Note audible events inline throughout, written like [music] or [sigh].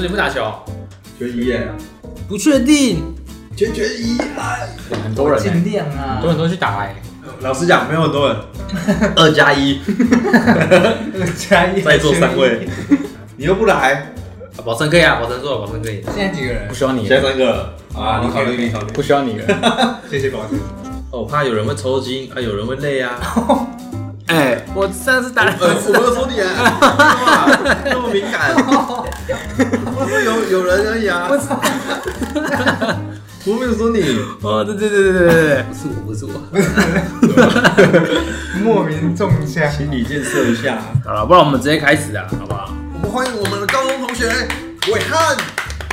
你不打球？决一啊耶，不确定，决决一哎！很多人、尽欸，量啊很多。人都去打哎、老实讲，没有很多人，二加一，加一在座三位，你又不来，啊保证可以啊，保证做，保证可以。现在几个人不？需要你现在，三个了啊，你考虑，你考虑。不需要你了。 [laughs] 谢谢广子。哦，我怕有人会抽筋啊，有人会累啊。哎，我上次打了呃，我没有说你啊，那么敏感，我说有有人而已啊。我没有说 [laughs] 你，呃哦，对对对对对对，不是我，不是我。莫名中枪。心理建设一下。好了，不然我们直接开始啊，好不好？我们欢迎我们的高中同学伟汉，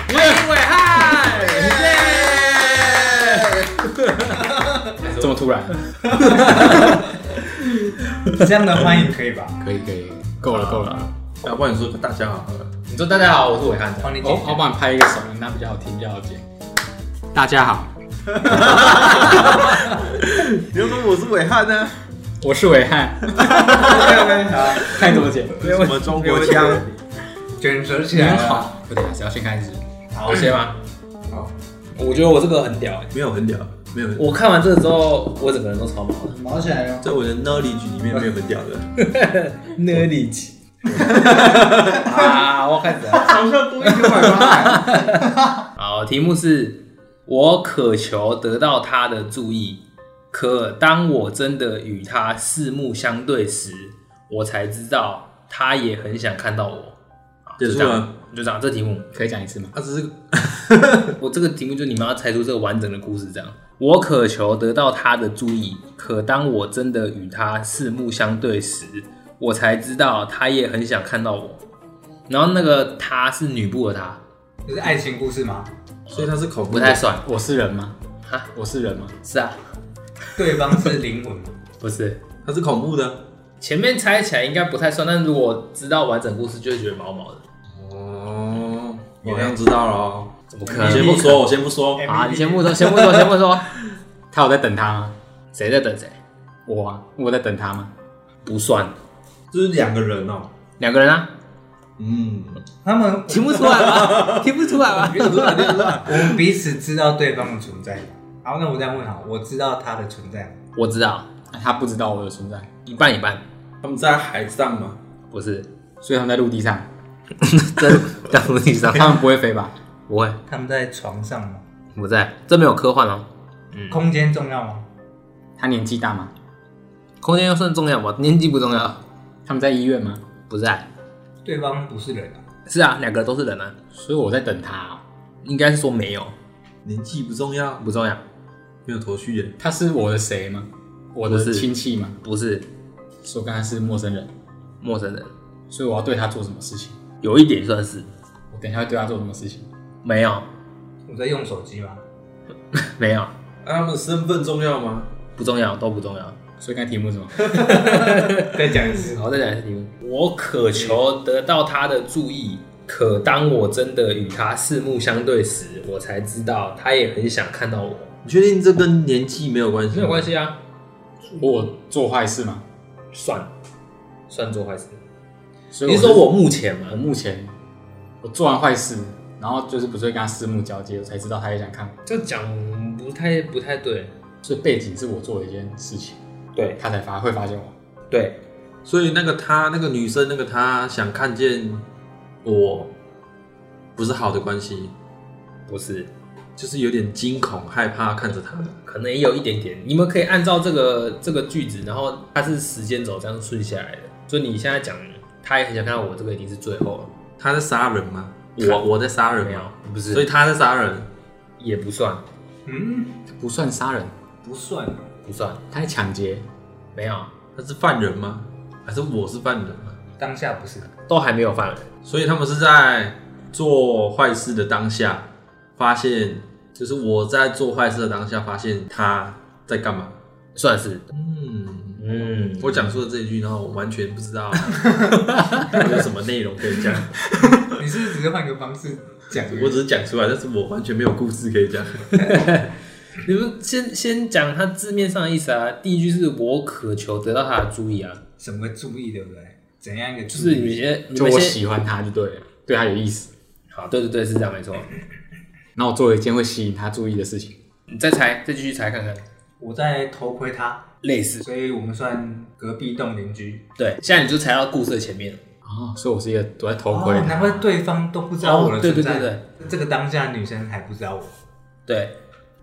耶，伟汉，这么突然，这样的欢迎可以吧？可以可以，够了够了。要哎不然你说大家好了，你说大家好，我是伟汉。哦帮你我剪我帮你拍一个手印，那比较好听，比较好剪。大家好，你要说我是伟汉呢？我是伟汉，看你怎么剪。什么中国腔？卷舌起你来很了。好，不对，谁要先开始？好好些吗？好，我觉得我这个很屌哎、没有很屌，没有很屌，我看完这个之后，我整个人都超毛了。毛起来了。在我的 knowledge 里面没有很屌的。那里 [laughs] 啊，我开始了。床上多一九百八。好，题目是：我渴求得到他的注意，可当我真的与他四目相对时，我才知道他也很想看到我。好结就束这了样，就这样。这题目，可以讲一次吗？他啊只是我这个题目就是你们要猜出这个完整的故事。这样，我渴求得到他的注意，可当我真的与他四目相对时，我才知道他也很想看到我。然后那个他是女部的他，这是爱情故事吗？所以他是恐怖不太算我是人吗？哈，我是人吗？是啊，对方是灵魂吗？不是。他是恐怖的。前面猜起来应该不太算，但如果知道完整故事，就会觉得毛毛的。哦，我好像知道了哦。怎么可我先不说，我先不说。啊，你先不说，先不说，先不 [laughs] 说。他有在等他吗？谁在等谁？我啊，我在等他吗？不算，就是两个人哦。两个人啊，嗯，他们听不出来 [laughs] 吗？听不出来吗？我们彼此知道对方的存在。好，那我再问好，我知道他的存在吗。我知道，那啊他不知道我的存在，一半一半，他们在海上嘛，不是， [laughs] 所以他们在陆地上，这在陆地上， [laughs] 他们不会飞吧？不会，他们在床上吗？不在，这没有科幻哦。空间重要吗？ [laughs] 他年纪大吗？空间要算重要吗？年纪不重要，他们在医院吗？不在。对方不是人啊。是啊，两个都是人啊，所以我在等他哦、应该是说没有，年纪不重要，不重要，没有头绪耶。他是我的谁吗？我不的是亲戚吗？不是所以我跟他是陌生人，陌生人，所以我要对他做什么事情？有一点算是我等一下会对他做什么事情？没有，我在用手机吗？没有，那啊他们的身份重要吗？不重要，都不重要。所以刚才题目 [laughs] 是什么？再讲一次。好，再讲一次题目。我渴求得到他的注意，可当我真的与他四目相对时，我才知道他也很想看到我。你确定这跟年纪没有关系？没有关系。系啊，我做坏事吗？算算做坏事。所以你我是是说我目前我吗？目前我做完坏事，然后就是不是会跟他四目交接，我才知道他也想看我。这讲不太不太对。所以背景是我做的一件事情，对他才发会发现我。对，所以那个他，那个女生，那个他想看见我，不是好的关系，不是，就是有点惊恐、害怕看 [laughs] 着他。可能也有一点点。你们可以按照这个这个句子，然后它是时间轴这样顺下来的。所以你现在讲他也很想看到我，这个已经是最后了。他在杀人吗？我我我在杀人没有吗？，不所以是，他在杀人，也不算，嗯，不算杀人，不算。不算，他在抢劫，没有。他是犯人吗？还是我是犯人吗？当下不是。都还没有犯人，所以他们是在做坏事的当下，发现就是我在做坏事的当下，发现他在干嘛。算是。嗯，嗯，我讲述了这一句，然后我完全不知 [laughs] 道有什么内容可以讲，你是不是只是换个方式讲而已？我只是讲出来，但是我完全没有故事可以讲。你们先先讲它字面上的意思啊。第一句是我渴求得到他的注意啊，什么注意，对不对？怎样一个注嗯就意？是你们先，你就们我先喜欢他就对了，对他有意思。好，对对对，是这样没错。那我做了一件会吸引他注意的事情，你再猜，再继续猜看看，我在偷窥他，类似所以我们算隔壁栋邻居。对，现在你就猜到故事的前面了。哦，所以我是一个躲在头盔哦，的，难怪对方都不知道我的哦对存在。对对这个当下女生还不知道我，对，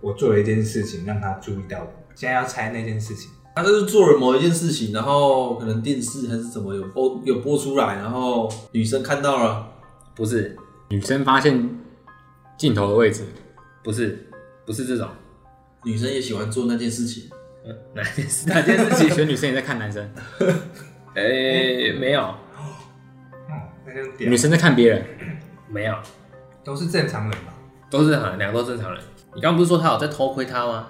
我做了一件事情让她注意到我。现在要猜那件事情，他就是做了某一件事情，然后可能电视还是怎么有播有播出来，然后女生看到了，不是，女生发现镜头的位 [laughs] 置，不是，不是这种。女生也喜欢做那件事情，嗯，哪件 [laughs] 事？哪件事情？所以女生也在看男生，哎、没有，嗯，那就 [laughs] 点女生在看别人，没有，都是正常人嘛。都是正常人，两个都正常人。你刚刚不是说他有在偷窥他吗？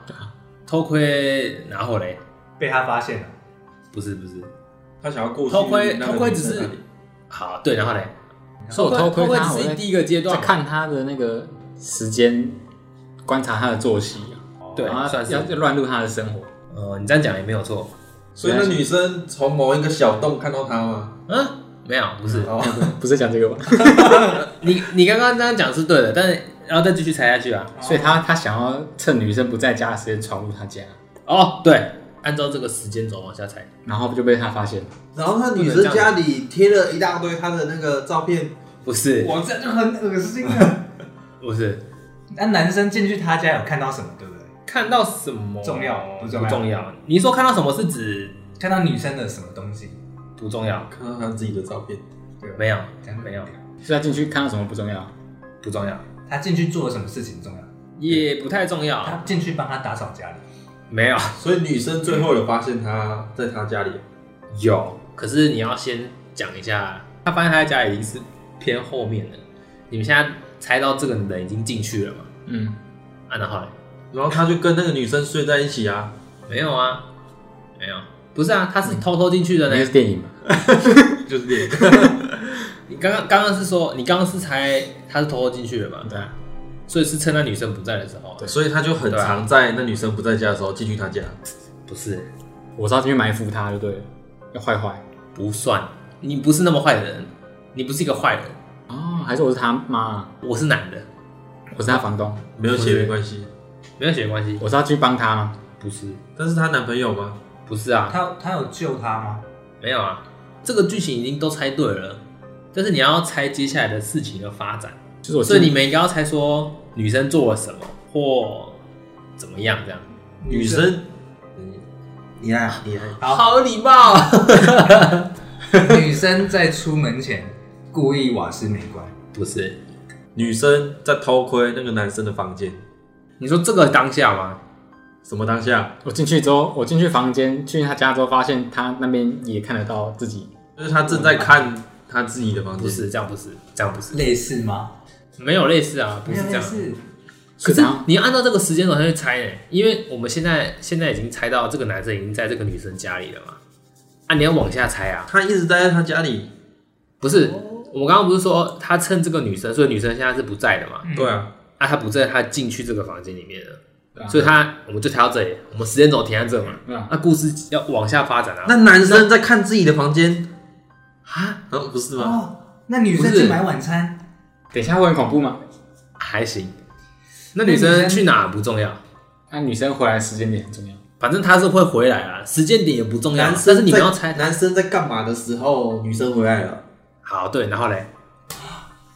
偷窥哪会嘞？被他发现了，不是不是，她想要过去偷窥那个偷窥女只生是那里好对，然后嘞，是我偷窥窥窥他，我只是在第一个阶段在嘛，看他的那个时间，观察他的作息啊，对然，后算是要要乱入他的生活，呃，你这样讲也没有错。所以那女生从某一个小洞看到他吗？嗯，没有，不 [laughs] 是。哦， [laughs] 不是讲这个吧？你你刚刚这样讲是对的，但是然后再继续猜下去啊。 [laughs] 所以他他想要趁女生不在家的时间闯入他家，哦，对，按照这个时间轴往下猜，然后就被他发现了。 [laughs] 然后那女生家里贴了一大堆她的那个照片，不是我这就很恶心 [laughs] 啊！不是，那男生进去他家有看到什么，对不对？看到什么重要不不重要重要。你说看到什么是指看到女生的什么东西？不重要？看到她自己的照片，对吧，没有讲得很没有屌所以他进去看到什么不重要，不重要，他进去做了什么事情重要？也不太重要，他进去帮他打扫家里，没有所以女生最后有发现他在她家里，有。可是你要先讲一下，他发现他在家已经是偏后面了。你们现在猜到这个人已经进去了嘛？嗯，啊，然后嘞？然后他就跟那个女生睡在一起啊，没有啊，没有，不是啊，他是偷偷进去的那呢是。电影嘛， [laughs] 就是这样。你刚刚刚刚是说，你刚刚是猜他是偷偷进去的嘛？对啊，所以是趁那女生不在的时候啊。 [laughs] 所以他就很常在那女生不在家的时候进去她家。不是，我知道进去埋伏他就对了，要坏坏不算，你不是那么坏的人，你不是一个坏人。哦，还是我是他妈，我是男的，我是他房东，没有血缘关系，没有血缘关系。我是要去帮他吗？不是，但是她男朋友吗？不是啊，他他有救他吗？没有啊。这个剧情已经都猜对了，但是你要猜接下来的事情的发展，就是我所以进你们应该要猜说女生做了什么或怎么样这样。女生，你看，你还好好有礼貌。女生在出门前故意瓦斯没关， [laughs] 不是，女生在偷窥那个男生的房间，你说这个当下吗？什么当下？我进去之后，我进去房间去他家之后，发现他那边也看得到自己，就是她正在看她自己的房间，不是，这样不是，这样不是，类似吗？没有类似啊，不是这样。似，可是是他你按照这个时间轴下去猜呢、因为我们现在现在已经猜到这个男生已经在这个女生家里了嘛，啊，你要往下猜啊，她一直待在她家里。不是，我们刚刚不是说他趁这个女生，所以女生现在是不在的嘛，对啊，啊，他不在，他进去这个房间里面了，所以他我们就调到这里，我们时间轴停在这嘛，啊对啊那故事要往下发展啊，那男生在看自己的房间，啊嗯，不是吗？哦，那女生不是去买晚餐，等一下会很恐怖吗？还行，那那女女生生去哪不重要。那女生回来时间点很重要，反正他是会回来啊，时间点也不重要，啊男但生是你们在要猜他。男生在干嘛的时候，女生回来了。好，对，然后嘞，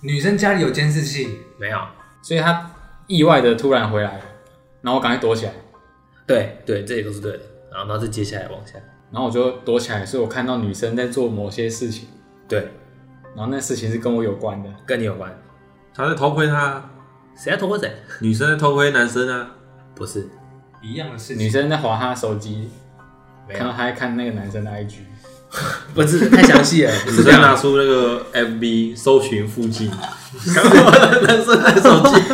女生家里有监视器，没有，所以他意外的突然回来了，然后我赶快躲起来，对对，这些都是对的。然后，然后再接下来往下，然后我就躲起来，所以我看到女生在做某些事情，对，然后那事情是跟我有关的，跟你有关。她在偷窥他，谁在偷窥谁？女生在偷窥男生啊。不是，一样的事女情，生在划她手机，没看到有，她在看那个男生的 IG，不是太详细了，不 [laughs] 女是这生拿样。出那个 FB 搜寻附近，看到 [laughs] 男生的手机。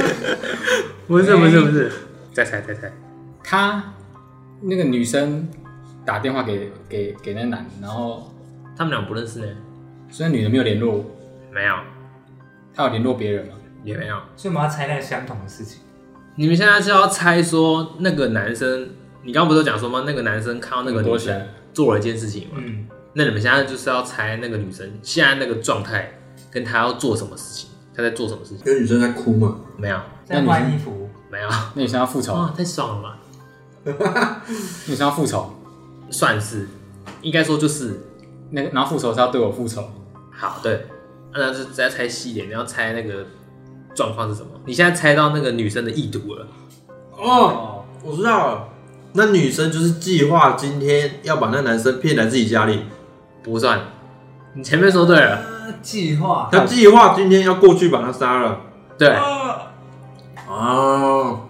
不是不是不是，再猜再猜，她那个女生打电话给给给那男的，然后他们俩不认识呢？虽然女的没有联络我，没有，她有联络别人吗？也没有。所以我们要猜那个相同的事情。你们现在是要猜说那个男生，你刚刚不是有讲说吗？那个男生看到那个躲女起来生做了一件事情吗？嗯，那你们现在就是要猜那个女生现在那个状态跟她要做什么事情，他在做什么事情？有女生在哭嘛？没有，那在你换衣服，没有，哦那女生要复仇，哇，太爽了吧？女生要复仇，算是，应该说就是那个然后复仇是要对我复仇，好，对，啊那就再猜细一点，你要猜那个状况是什么？你现在猜到那个女生的意图了，哦，我知道了。那女生就是计划今天要把那男生骗来自己家里，不算，你前面说对了，呃计划她计划今天要过去把他杀了。对，哦，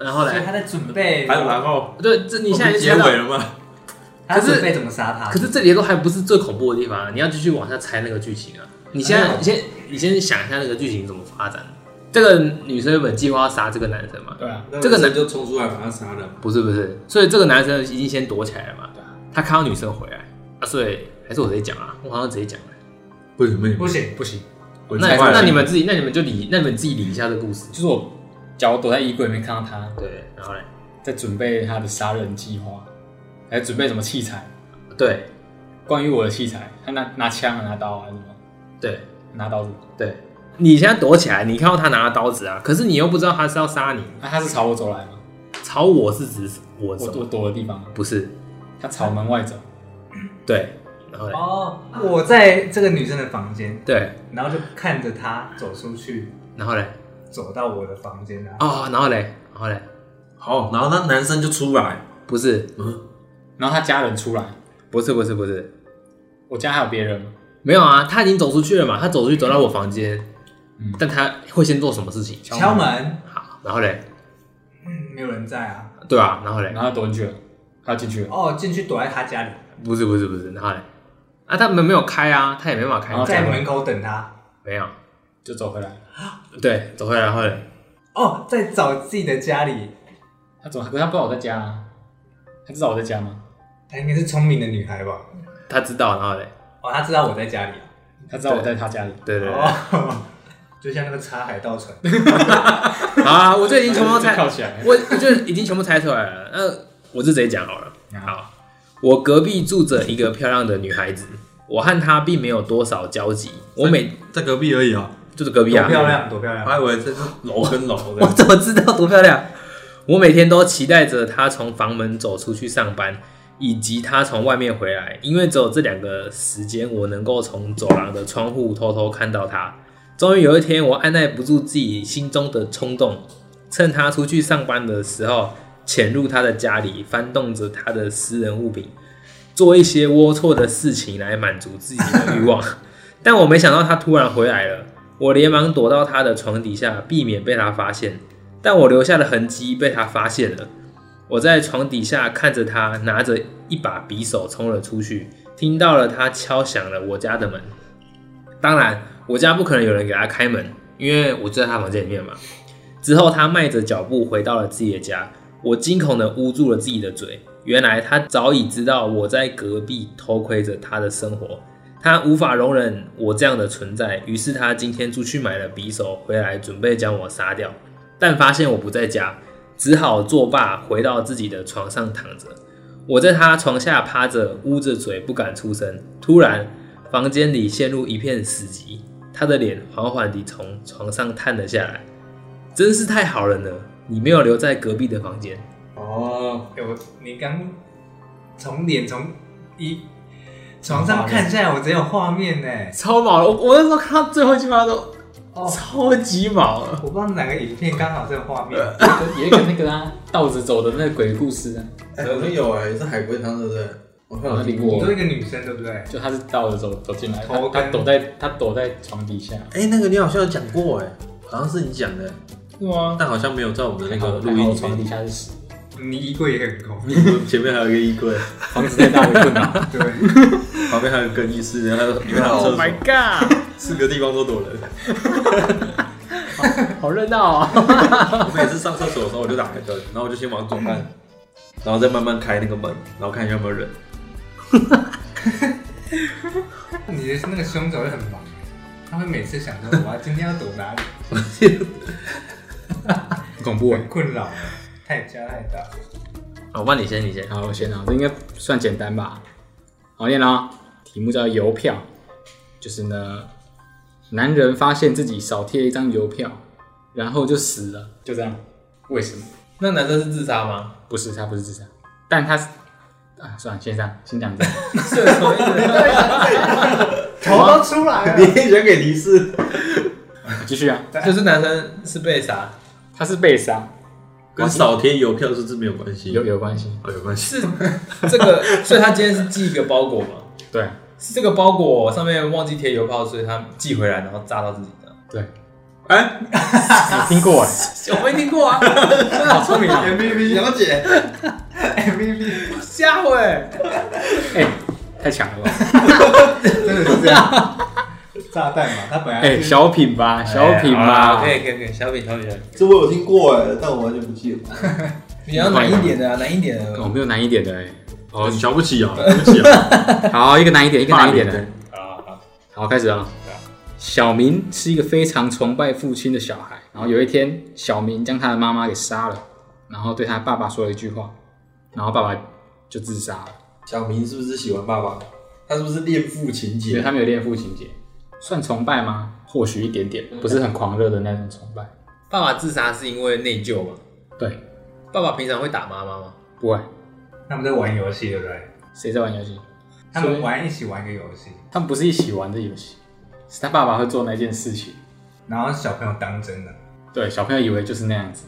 然后所以来，他在准备，还有然后，对，这哦你你现在已经结猜到尾了吗？他准备怎么杀他啊可？是这里都还不是最恐怖的地方、啊，你要继续往下猜那个剧情啊！你现在、哎呦你先你先想一下那个剧情怎么发展。这个女生原本计划要杀这个男生嘛？对啊，这个男男就冲出来把他杀了。不是不是，所以这个男生已经先躲起来了嘛对啊。他看到女生回来啊，所以还是我直接讲啊，我好像直接讲了。为什么？不行，不行，我那猜坏了那你们自己那你们就理那你们自己理一下这故事。就是我假如躲在衣柜里面看到他对，然后嘞，在准备他的杀人计划，还准备什么器材，对关于我的器材，他拿拿枪啊，拿刀啊，还是什么，对拿刀子，对，你现在躲起来，你看到他拿刀子啊，可是你又不知道他是要杀你，那、他是朝我走来吗？朝我是指我我什躲么？躲的地方吗，不是，他朝门外走，对，然后嘞，哦，我在这个女生的房间，对，然后就看着她走出去，然后嘞。走到我的房间啊，哦，然后嘞，然后嘞，好，然后那男生就出来，不是，然后他家人出来，不是，不是，不是，我家还有别人吗？没有啊，他已经走出去了嘛，他走出去走到我房间，嗯但他会先做什么事情？敲门，好，然后嘞，嗯没有人在啊，对啊，然后嘞然，后他躲进去了，他进去了，哦，进去躲在她家里，不是，不是，不是，然后嘞，啊，他门没有开啊，他也没办法开然后门，在门口等她，没有，就走回来，对，走回来，然后嘞，哦，在找自己的家里，他怎么？可是他不知道我在家啊，他知道我在家吗？她应该是聪明的女孩吧？他知道，然后嘞，哦，她知道我在家里啊，他知道我在他家里，对对对，哦， [laughs] 就像那个插海盗船，好啊，我就已经全他部就 [laughs] 跳猜，起来，我我就已经全部猜出来了，那我就直接讲好了。好，好，我隔壁住着一个漂亮的女孩子，我和她并没有多少交集，我每在隔壁而已啊。就是隔壁多啊，漂亮，多漂我亮，还以为这是楼跟楼 [laughs] [laughs] 我的。怎么知道多漂亮？我每天都期待着她从房门走出去上班，以及她从外面回来，因为只有这两个时间，我能够从走廊的窗户偷偷看到她。终于有一天，我按耐不住自己心中的冲动，趁她出去上班的时候，潜入她的家里，翻动着她的私人物品，做一些龌龊的事情来满足自己的欲望。 [laughs] 但我没想到她突然回来了，我连忙躲到她的床底下，避免被她发现。但我留下的痕迹被他发现了。我在床底下看着他拿着一把匕首冲了出去，听到了他敲响了我家的门。当然，我家不可能有人给他开门，因为我就在他房间里面嘛。之后，他迈着脚步回到了自己的家，我惊恐的捂住了自己的嘴。原来他早已知道我在隔壁偷窥着他的生活，他无法容忍我这样的存在，于是他今天出去买了匕首回来，准备将我杀掉。但发现我不在家，只好作罢，回到自己的床上躺着。我在他床下趴着，捂着嘴不敢出声。突然，房间里陷入一片死寂，他的脸缓缓地从床上探了下来。真是太好了呢，你没有留在隔壁的房间。哦，哎我你刚从脸从一床上看下来，我只有画面呢。超毛了！我我那时候看到最后一句话都哦，超级毛了。我不知道哪个影片刚好这个画面，有一个那个啊，倒着走的那个鬼故事啊，哎好像有哎，是海龟汤对不对？我看我有哦听听过你过说。一个女生对不对？就他是倒着走走进来，他头他跟躲在他躲在床底下，哎，那个你好像有讲过哎，好像是你讲的，是吗？但好像没有在我们的那个录然后音我里床面 [laughs] 底。下是屎，你衣柜也很空，前面还有一个衣柜，房子太大为困扰。 [laughs] 对，旁边还有更衣室，然 [laughs] 后里面还有厕 Oh 所 my，god！四个地方都躲人。 [laughs] 好热闹啊、 [laughs] 我每次上厕所的时候，我就打开灯，然后我就先往左看，然后再慢慢开那个门，然后看有没有人。你的那个凶手就很忙，他会每次想 [laughs] 说我要今天要躲哪里，恐怖哎很！困扰，太加太大。好，那你先，你先。好，我先啊，这应该算简啊单吧？好，念了、哦，题目叫邮票，就是呢，男人发现自己少贴一张邮票，然后就死了，就这样。为什么？那男生是自杀吗？ [laughs] 不是他不是自杀，但他是啊，算了，先这样，先讲这个。是什么意思？头都出来啊你了，选给提示，继续啊，就是男生是被杀，他是被杀，跟少贴邮票是不是没有关系？有有关系。哦有关系。是这个，所以他今天是寄一个包裹嘛？对啊是这个包裹上面忘记贴邮票，所以他寄回来，然后炸到自己的。对，哎，你听过哎？我没听过啊，好聪明啊！ MVP 了 [laughs] 解。 MVP 吓我欸！ [laughs] 哎，太强了吧！真的是这样，炸弹嘛，他本来哎，是小品吧，小品吧好啦可。以可以可以，小品小品小品，这我有听过哎，但我完全不记得。你要难一点的啊，难一点的我。没有难一点的哎。哦，你瞧不起啊，瞧不起啊。好，一个难一点，一个难一点霸的凌。好，开始啊。小明是一个非常崇拜父亲的小孩，然后有一天，小明将他的妈妈给杀了，然后对他爸爸说了一句话，然后爸爸就自杀了，小明是不是喜欢爸爸？他是不是恋父情因为节？他没有恋父情节，算崇拜吗？或许一点点，不是很狂热的那种崇拜。爸爸自杀是因为内疚嘛？对，爸爸平常会打妈妈吗？不会，他们在玩游戏，对不对？谁在玩游戏？他们玩一起玩一个游戏，他们不是一起玩的游戏，是他爸爸会做那件事情。然后小朋友当真了，对，小朋友以为就是那样子，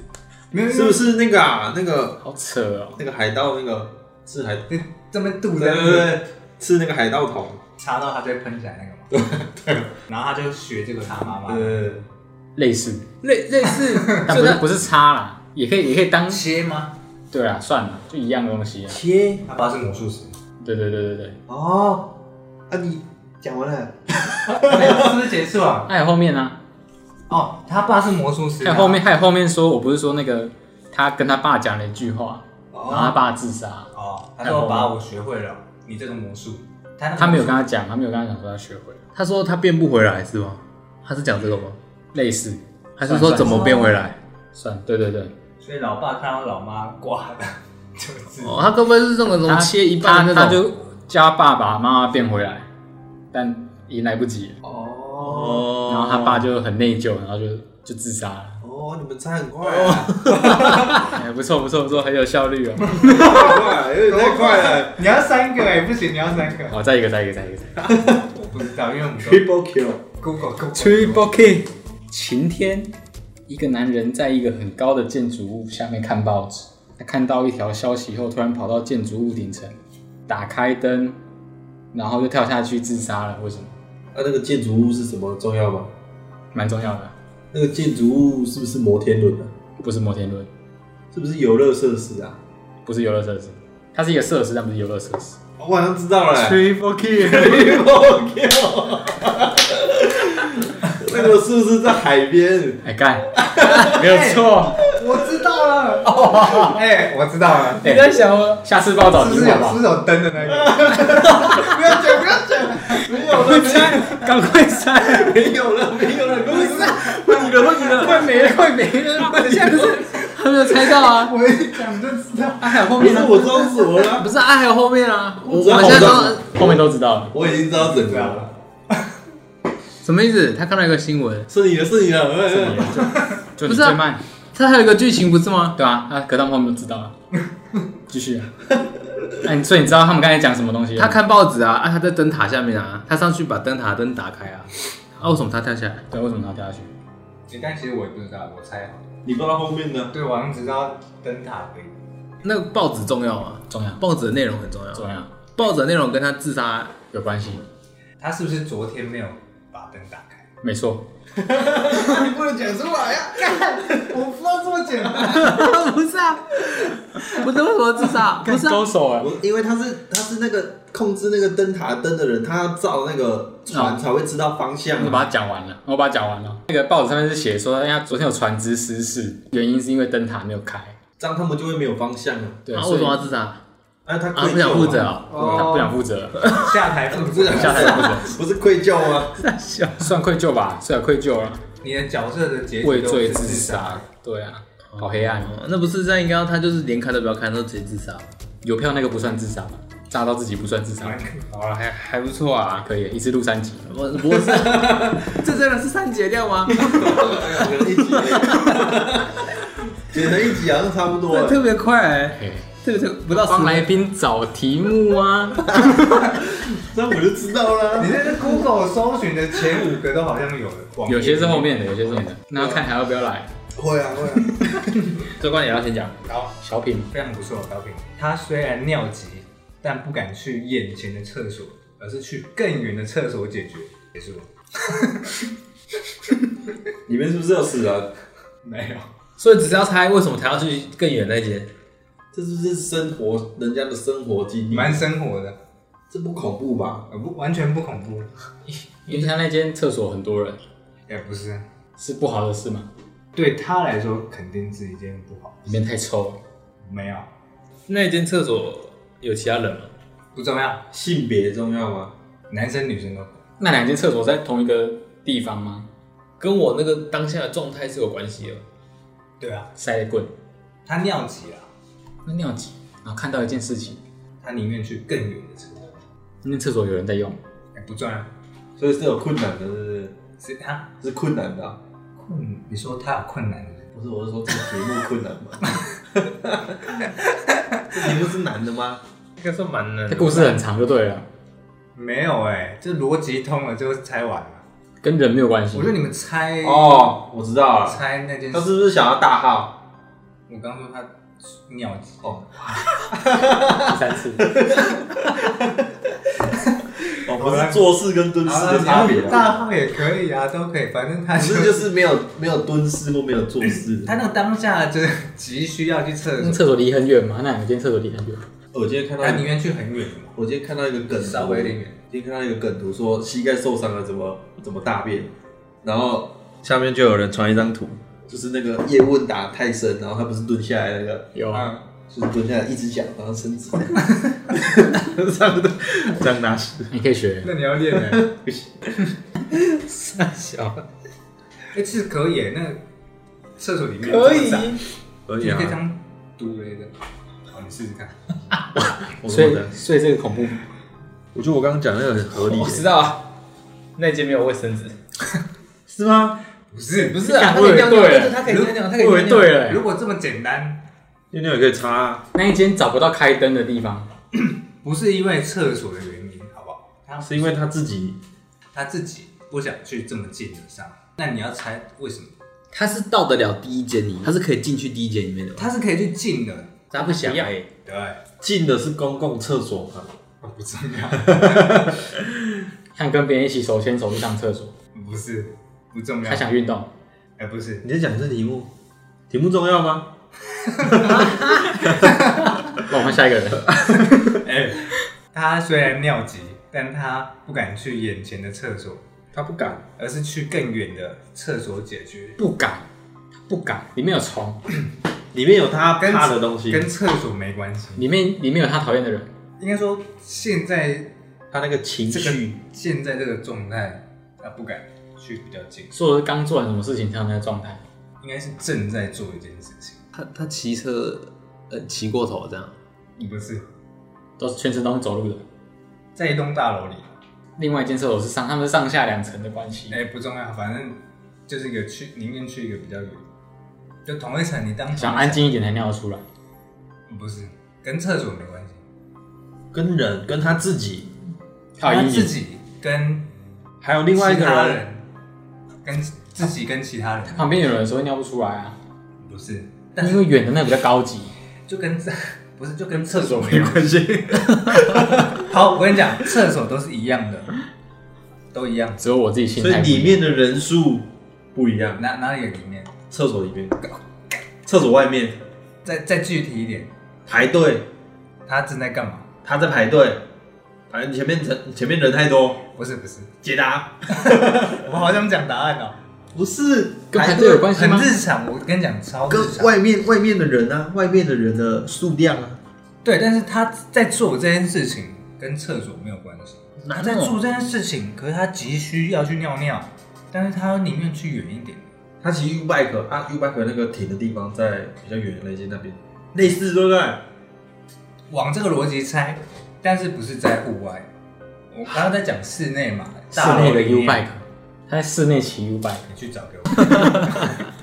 没有，是不是那个啊？那个好扯哦。那个海盗那个是海没有？这么堵对呃在对那边对，是那个海盗桶。插到他就会喷起来那个嘛。对然后他就学这个他妈妈，对，类似，类类 [laughs] 似，但不是不是差啦，也可以也可以当切吗？对啦，算了，就一样的东西啊。切他爸是魔术师，对对对对对，哦，啊你讲完了，没有是不是结束了？还有后面呢、哦，他爸是魔术师，还有后面，还有后面说，我不是说那个他跟他爸讲了一句话，然后他哦，爸自杀，哦，他说把我学会了，你这个魔术，他那个他没有跟魔术他讲，他没有跟他讲说他学会了，他说他变不回来是吗？他是讲这个吗？类似，还是说怎么变回来？算，对对对，所以老爸看到老妈挂了，就是哦，他根本是这种什么他切一半他那种？他就叫他爸爸妈妈变回来，但已经来不及了，哦，哦，然后他爸就很内疚，然后就就自杀了，哦，你们猜很快啊，哎，不错不错不错，很有效率哦。很快，有点太快了啊你要三个哎，不行，你要三个，好，再一个再一个再一个再一个我不知道，因为我们都，Triple Kill。 Google Google ，Triple K，晴天，一个男人在一个很高的建筑物下面看报纸，他看到一条消息后，突然跑到建筑物顶层，打开灯，然后就跳下去自杀了。为什么？啊那、那个建筑物是什么重要吗？蛮重要的，那个建筑物是不是摩天轮啊？不是摩天轮，是不是游乐设施啊？不是游乐设施，它是一个设施，但不是游乐设施。哦我好像知道了、 [laughs] Triple K， Triple [laughs] Kill，那个是不是在海边？ [laughs] 哎干，没有错。 [laughs] 我知道了，哎，我知道了，你在想吗？下次报道是你不是好有不是不好？是有灯的那个？不要讲，不要讲，没有了，赶快删，没有了，没有了，不是问你了，问你了，快没了，快没了，等一下不是，他没有猜到啊，我一讲就知道。哎呀，后不面是呢？我装什么了？不是啊，还有后面啊，我我知道我现在我知都后面都知道了。我已经知道整知个道了，了，什么意思？他看到一个新闻，是你的，是你的，嗯是你的。就不你是啊最慢，他还有一个剧情不是吗？对啊，啊，可他们后面都知道 [laughs] 了。继续啊，哎、所以你知道他们刚才讲什么东西了？他看报纸啊，啊，他在灯塔下面啊，他上去把灯塔灯打开啊，啊，为什么他跳下来？对，为什么他掉下去？但 [laughs] 其实我也不知道，我猜。你不知道后面的？对，我好像只知道灯塔而已。那个报纸重要吗？重要，报纸的内容很重要，重要，报纸的内容跟他自杀有关系，他是不是昨天没有把灯打开？没错。 [laughs] 你不能讲出来 [laughs] 呀！干，我不知道这么简单。不是啊，不是为什么自杀？不是啊、高手啊，我因为他是他是那个控制那个灯塔灯的人，他要照那个船才会知道方向啊我嘛。把它讲完了，我把它讲完了。那个报纸上面是写说，人家昨天有船只失事，原因是因为灯塔没有开。这样他们就会没有方向了。对，啊，所为以什么要自杀？啊，啊，他愧疚不想负责吗啊、他不想负责， [laughs] 下台不是下台也不责， [laughs] 不是愧疚啊吗？算愧疚吧，算有愧疚啊了，你的角色的结畏局都罪是自自杀。对啊，好黑暗哦。哦那不是这样应该要他就是连看都不要看，都直接自杀。邮票那个不算自杀吧？炸到自己不算自杀蛮。可好了，还还不错啊，可以一次录三集。我我 [laughs] 是，这真的是删节掉吗？哎可能一集而已，剪成一集好像差不多啊这特了。别快、欸，嘿特别不到十帮来秒。宾找题目啊，这样我就知道啦。你那个 Google 搜寻的前五个都好像有了，网 [laughs] 页有些是后面的，有些是后面的。那看还要不要来？会啊会啊，这关也要先讲。好，小品非常不错，高品。他虽然尿急，但不敢去眼前的厕所，而是去更远的厕所解决。结束。里面是不是有死人？没有，所以只是要猜为什么他要去更远那间，这是不是生活人家的生活经历？蛮生活的，这不恐怖吧？呃不完全不恐怖，因为他那间厕所很多人，也不是。是不好的事吗？对他来说，肯定是一件不好。里面太臭了。没有，那间厕所有其他人吗？不重要，性别重要吗？男生女生都可以。那两间厕所在同一个地方吗？跟我那个当下的状态是有关系的吗。对啊，塞棍，他尿急了，那尿急，然后看到一件事情，他宁愿去更远的厕所。那间厕所有人在用，哎，不重要，所以是有困难的，是不是？是他是困难的啊、困。你说他有困难是不不是，是我是说这个题目困难吗？ [laughs] 这题目是难的吗？应该算蛮难这。故事很长就对了，没有哎、这逻辑通了就猜完了。跟人没有关系我觉。得你们猜哦，我知道了，猜那件他事，是不是想要大号？我刚说他尿急哦，第三次，哦，不是做事跟蹲式的差别啊，大号也可以啊，都可以，反正他不就是就是没有没有蹲式或没有做事。他那个当下就是急需要去厕那所，厕所离很远吗？那两间厕所离很远，哦我今天看到他一宁个，愿去很远的嘛，我今天看到一个梗稍图，微有点远。今天看到一个梗图说膝盖受伤了怎么怎么大便，然后下面就有人传一张图，就是那个叶问打泰森，然后他不是蹲下来那个，有啊，嗯，就是蹲下来一只脚，然后伸 [laughs] 直，这样的这样拿屎，你可以学。那你要练呢？太小， [laughs] 哎，其实可以耶，那厕所里面可以这么窄可你以可以 [laughs] 啊，当独雷的。好，你试试看。我所说以的，所以这个恐怖，我觉得我刚刚讲那个很合理我哦耶，知道啊。那间没有卫生纸，是吗？不是不，是啊，他我可以以为尿尿，对了但是他可以尿尿，他可以我尿以为尿。对了欸，如果这么简单，尿尿也可以擦啊，那一间找不到开灯的地方，不是因为厕所的原因，好不好？他是因为他自己他自己不想去这么近的上，那你要猜为什么？他是到得了第一间里面，他是可以进去第一间里面的吗，他是可以去近的，他不想哎，对，啊进的是公共厕所嘛，哦不重要，想跟别人一起手牵手去上厕所，不是不重要他，想运动，哎，不是，你在讲这题目，题目重要吗？那我们下一个人，哎，他虽然尿急，但他不敢去眼前的厕所，他不敢，而是去更远的厕所解决，不敢，不敢，里面有虫，里面有他跟怕的东西，跟厕所没关系。里面里面有他讨厌的人，应该说现在他那个情这个绪，现在这个状态，他不敢去比较近，说我是刚做完什么事情这样的状态，应该是正在做一件事情，他他骑车呃骑过头这样，不是都是全程都是走路的。在一栋大楼里，另外一间厕所是上，他们是上下两层的关系，哎，不重要，反正就是一个去宁愿去一个比较远，就同一层，你当同一层想安静一点才尿得出来。不是，跟厕所没关系，跟人，跟他自己，靠他阴自影，己跟还有另外一个其他人，人，跟自己跟其他人旁边有人说尿不出来啊，不是，但因为远的那个比较高级，就跟 [laughs] 不是就跟厕所没没 [laughs] 有。关系，好，我跟你讲，厕所都是一样的，都一样。只有我自己心 [laughs] 所以态不一里面样。的人数不一样，哪哪里有里面？厕所里面，厕所外面再再具体一点，排队，他正在干嘛？他在排队，反正前面人前面人太多，不是不是，解答我好想讲答案哦、不是跟排队有关系很吗？日常。我跟你讲，超日跟常。外面外面的人啊，外面的人的数量啊，对，但是他在做这件事情跟厕所没有关系。哦他在做这件事情，可是他急需要去尿尿，但是他宁愿去远一点。他骑 U bike 啊，U bike 那个停的地方在比较远的那间那边，类似对不对？往这个逻辑猜，但是不是在户外？我刚刚在讲室内嘛，室大内楼的里 U 面 bike，他在室内骑 U bike，你去找给我，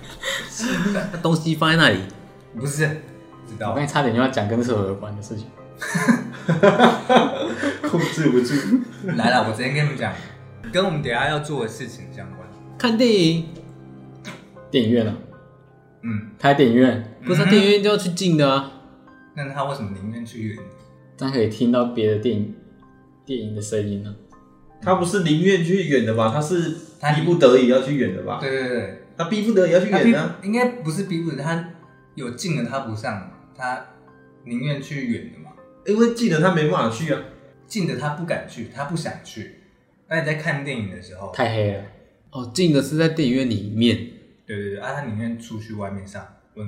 那东西放在那里，嗯不是知我道刚才差点就要讲跟厕所有关的事情。控制不住。来了，我直接跟你们讲，跟我们等一下要做的事情相关。看电影，电影院呢、嗯，开电影院，不是嗯电影院就要去进的啊。那他为什么宁愿去远？但可以听到别的电影电影的声音呢、啊他不是宁愿去远的吧？他是他逼不得已要去远的吧？对对对，他逼不得已要去他远啊。逼啊应该不是逼不得，他有进了他不上，他宁愿去远的嘛，因为近的他没办法去啊。近的他不敢去，他不想去。那你在看电影的时候，太黑了，哦，进的是在电影院里面，对对对，啊，他宁愿出去外面上，嗯，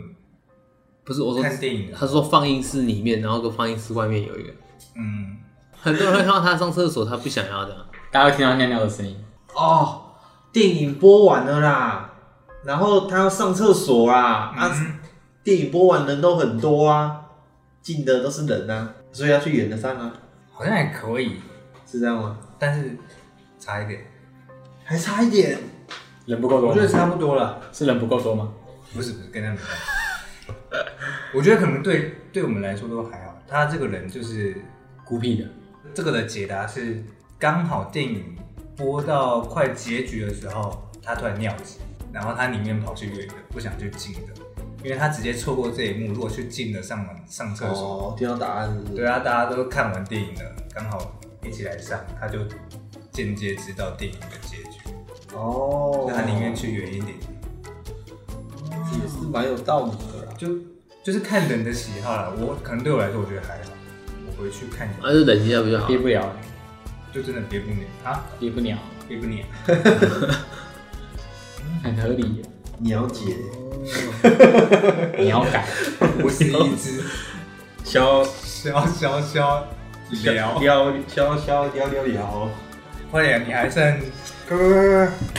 不是我说看电影的他说放映室里面，然后跟放映室外面有一个，嗯，很多人会看到他上厕所，他不想要的。大家会听到尿尿的声音。哦，电影播完了啦，然后他要上厕所啦。啊，嗯电影播完人都很多啊，近的都是人啊，所以要去远的上啊，好像也可以，是这样吗？但是差一点，还差一点，人不够多我觉得吗？差不多了。是人不够多吗？不是不是，跟他没关系。 [laughs] 我觉得可能对对我们来说都还好，他这个人就是孤僻的，这个的解答是刚好电影播到快结局的时候，他突然尿急，然后他宁愿跑去远的，不想去近的，因为他直接错过这一幕。如果去近的上完上厕所，哦，听到答案是不是？对啊，大家都看完电影了，刚好一起来上，他就间接知道电影的结局，哦那他宁愿去远一点，也是蛮有道理的啦。就就是看人的喜好啦。我可能对我来说，我觉得还好，我回去看一下，啊，就忍一下不就好憋？不了，就真的憋不了啊，憋不了，憋不了。很合理耶。鸟姐，你要改，我是一只小小小小聊。聊聊聊聊聊聊，快点，你还剩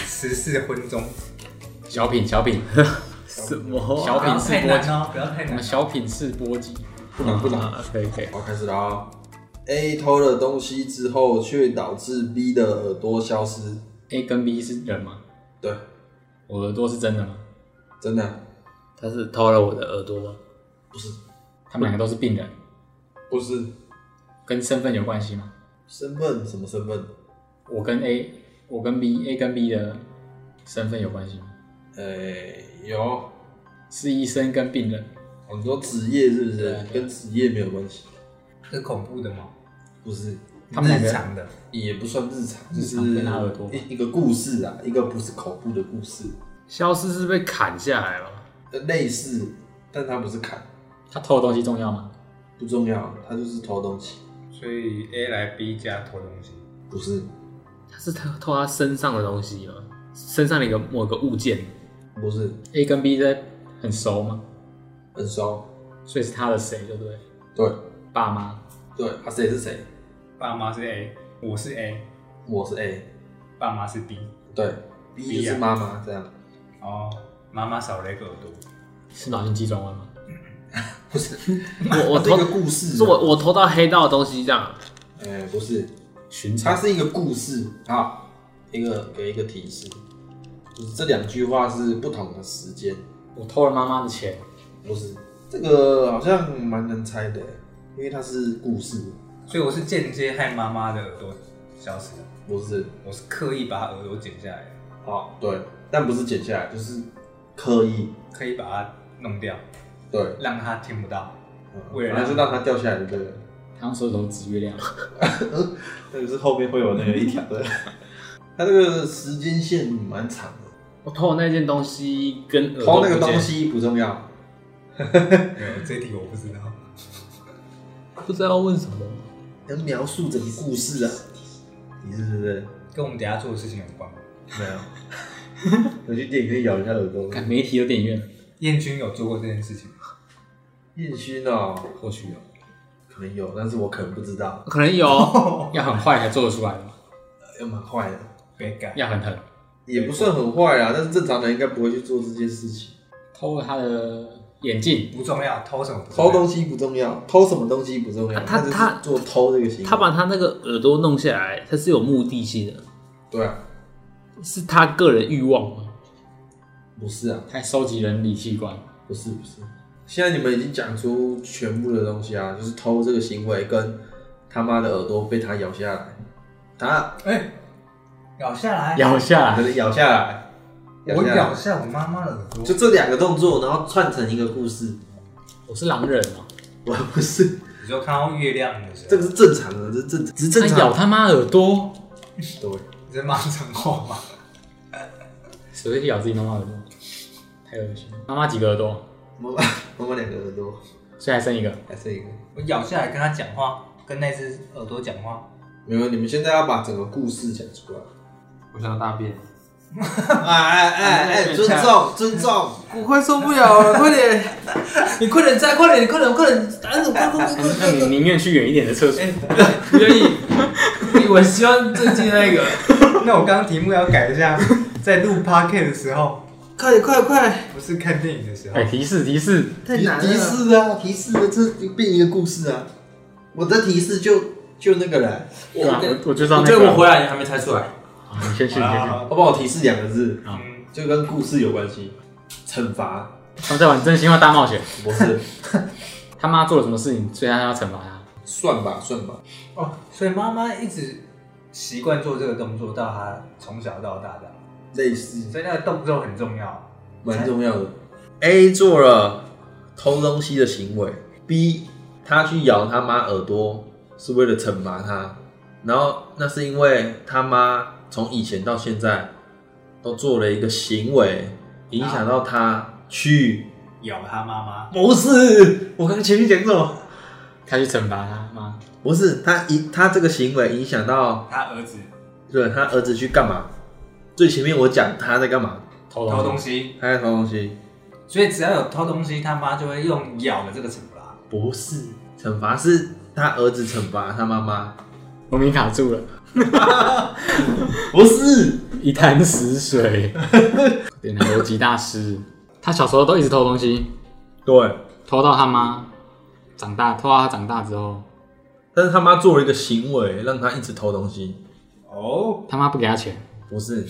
十四分钟，小品小 [laughs] 品，什么小不要品试太播难集，哦，不要太我难们哦。小品试播集，不能不能。啊？可以可以。好，开始了啊！A 偷了东西之后，却导致 B 的耳朵消失。 A 跟 B 是人吗？对，我耳朵是真的吗？真的他是偷了我的耳朵吗？他们两个都是病人，不是跟身份有关系吗？身份，什么身份？我跟 A，我跟 B，A 跟 B 的身份有关系吗？哎、有是医生跟病人，很多职业是不对是啊？跟职业没有关系，是恐怖的吗？不是，他们两日个常的，也不算日常，就日是常跟他耳朵一一个故事啊，一个不是恐怖的故事，消失是被砍下来了吗？类似，但它不是砍，他偷的东西重要吗？不重要，它就是偷东西，所以 A 来 B 家偷东西，不是，他是偷偷他身上的东西吗？身上的一个某个物件，不是啊 A 跟 B 在很熟吗？很熟，所以是他的谁，对不对？对爸妈，对，啊谁是谁？爸妈是 A，我是 A，我是 A，爸妈是 B。对，B 就是妈妈这样，哦，妈妈少了一个耳朵，是脑筋急转弯吗？ [laughs] 不是，我我 [laughs] 它是一偷个故事啊，是我我偷到黑道的东西这样啊。哎、不是，寻它常是一个故事啊，一个给一个提示，就是这两句话是不同的时间，我偷了妈妈的钱，不是这个好像蛮难猜的，因为它是故事，所以我是间接害妈妈的耳朵消失的，不是我是刻意把她耳朵剪下来的，啊，对，但不是剪下来，就是刻意，可以把它弄掉，对，让她听不 [laughs] 到。为了然后就让它掉下来就对了，他用手头指 [laughs] 月亮，那个是后面会有那个一条的， [laughs] 它这个时间线蛮长的，我偷的那件东西跟耳偷朵那个不见东西不重要，没有这一题我不知道。不知道问什么。能描述整个故事啊，你是不是？跟我们等一下做的事情有关吗。没有， [laughs] 我去电影院咬人家耳朵。看媒体有电影院，燕君有做过这件事情吗？燕勋哦，或许有。可能有，但是我可能不知道，可能有， [laughs] 要很坏才做得出来吗？又哎蛮坏的，被改。要很狠，也不算很坏啊，但是正常人应该不会去做这件事情。偷了他的眼镜，不重要，偷什么不重偷要？东西不重要，偷什么东西不重要，啊他就是他做偷这个行为。他把他那个耳朵弄下来，他是有目的性的，对啊，是他个人欲望 [laughs] 吗？不是啊，还收集人理器官，不是不是。现在你们已经讲出全部的东西啊，就是偷这个行为跟他妈的耳朵被他咬下来，他哎，咬下来，咬下可来，能咬下来，我下咬来，下我妈妈的耳朵就，这两个动作，然后串成一个故事。 [laughs] 我是狼人哦、我不是，你就看到月亮的时这候，个是正常的，这正只是他正常。哎咬他妈耳朵，对，你在骂脏话吗？谁会去咬自己妈妈耳朵？太恶心了！妈妈几个耳朵，妈妈妈妈两个耳朵，所以还剩一个。还剩一个。我咬下来跟他讲话，跟那只耳朵讲话，没有，你们现在要把整个故事讲出来。我想大便， [laughs] 哎哎哎尊重尊重，我快受不了了，快点！你快点摘，快点，快点，快点！男主，快快快！那你宁愿去远一点的厕所。哎不愿意，我希望最近那个，那我刚刚题目要改一下，在录 p o d c a s t 的时候，快点，快快！不是看电影的时候哎、，提示提示，太提难提了。示啊，提示啊，这变一个故事啊。我的提示就就那个了，对啊，我我就知道我那觉得个我。回来你还没猜出来，好你先去，你先去。啊，我帮我提示两个字，嗯，就跟故事有关系。惩罚他们在玩真心话大冒险，不是， [laughs] 他妈做了什么事情，所以他要惩罚他。算吧算吧，哦，所以妈妈一直习惯做这个动作，到她从小到大的，类似所以那个动作很重要。蛮重要的。A 做了偷东西的行为，B 他去咬他妈耳朵是为了惩罚他，然后那是因为他妈从以前到现在都做了一个行为，影响到他去。咬他妈妈，不是，我刚前面讲什么？他去惩罚他妈，不是他影他这个行为影响到他儿子对他儿子去干嘛？最前面我讲他在干嘛，偷偷东东西。西，他在偷东西。所以只要有偷东西，他妈就会用咬的这个惩罚。不是，惩罚是他儿子惩罚他妈妈，农民卡住了，不是， [laughs] 一滩死水。 [laughs] 对，那逻辑大师，他小时候都一直偷东西，对，偷到他妈长大，偷到他长大之后，但是他妈做了一个行为，让他一直偷东西，哦，他妈不给他钱，不是，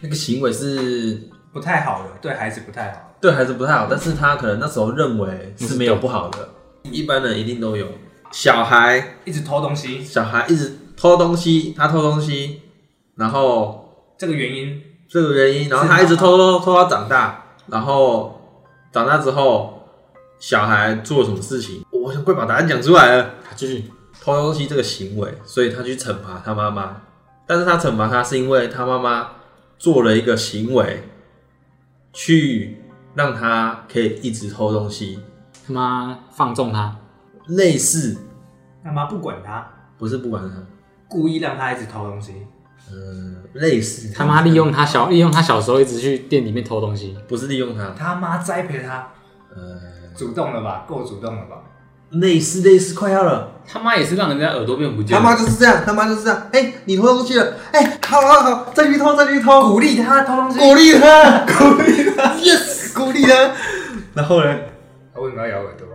那个行为是不太好了，对孩子不太好。对孩子不太好，但是他可能那时候认为是没有不好的，一般人一定都有，小孩一直偷东西，小孩一直偷东西，他偷东西，然后这个原因这个原因，然后他一直偷偷偷到长大，然后长大之后，小孩做了什么事情，我想快把答案讲出来了。他继续偷东西这个行为，所以他去惩罚他妈妈。但是他惩罚他是因为他妈妈做了一个行为，去让他可以一直偷东西，他妈放纵他，类似他妈不管他，不是不管他，故意让他一直偷东西，嗯、类似他妈利用 [laughs] 他小利用他小时候一直去店里面偷东西，不是利用他，他妈栽培他，呃，主动了吧？够主动了吧？类似类似快要了，他妈也是让人家耳朵变不见他了。妈就是这样，他妈就是这样，哎、你偷东西了，哎、好好好，再去偷再去偷，鼓励他偷东西，鼓励他，鼓励他，yes，鼓 [laughs] 励他，然后呢，他为什么要咬耳朵？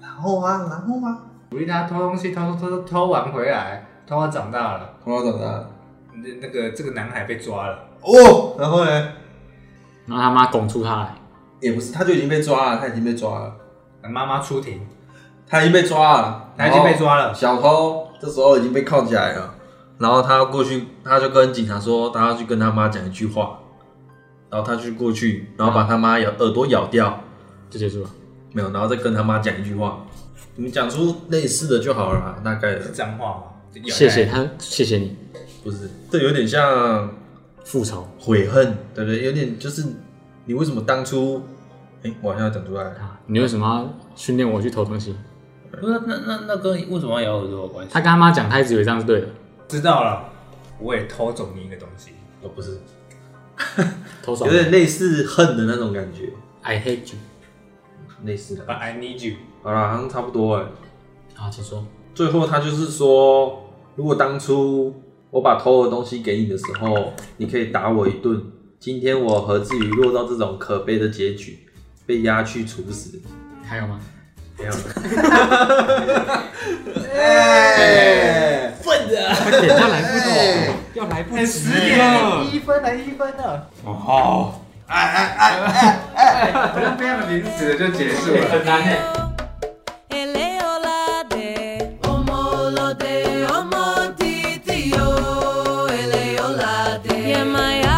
然后啊，然后啊，鼓励他偷东西，偷偷偷偷完回来，偷到长大了，偷到长大。那那个这个男孩被抓了，哦，然后呢？然后他妈拱出他来，也不是，他就已经被抓了，他已经被抓了，妈妈出庭，他已经被抓了，他已经被抓然后了，小偷这时候已经被铐起来了，然后他过去，他就跟警察说，他要去跟他妈讲一句话，然后他去过去，然后把他妈咬耳朵咬掉，就结束了。没有，然后再跟他妈讲一句话，你们讲出类似的就好了啦，大概的是脏话吗？就咬下谢来谢，他，谢谢你不是，这有点像复仇悔恨，对不对？有点就是你为什么当初，哎，我好像要讲出来了，啊！你为什么要训练我去偷东西？不是那那那跟为什么要咬耳朵有关系？他跟他妈讲，他一直以为这样是对的，知道了，我也偷走你的东西，哦，不是。偷手有。点类似恨的那种感觉， I hate you。类似的。 But I need you，好啦，好像差不多哎。好，请说。最后他就是说，如果当初我把偷的东西给你的时候，你可以打我一顿。今天我何至于落到这种可悲的结局？被押去处死。还有吗？没有，哎，笨的、快点，他来不哎走。要来不哎，十点一分了，一分了，哦，好像非常临时的就结束了。很难哎。 Eleolade, omolode, omotitio, eleolade. Yeah, my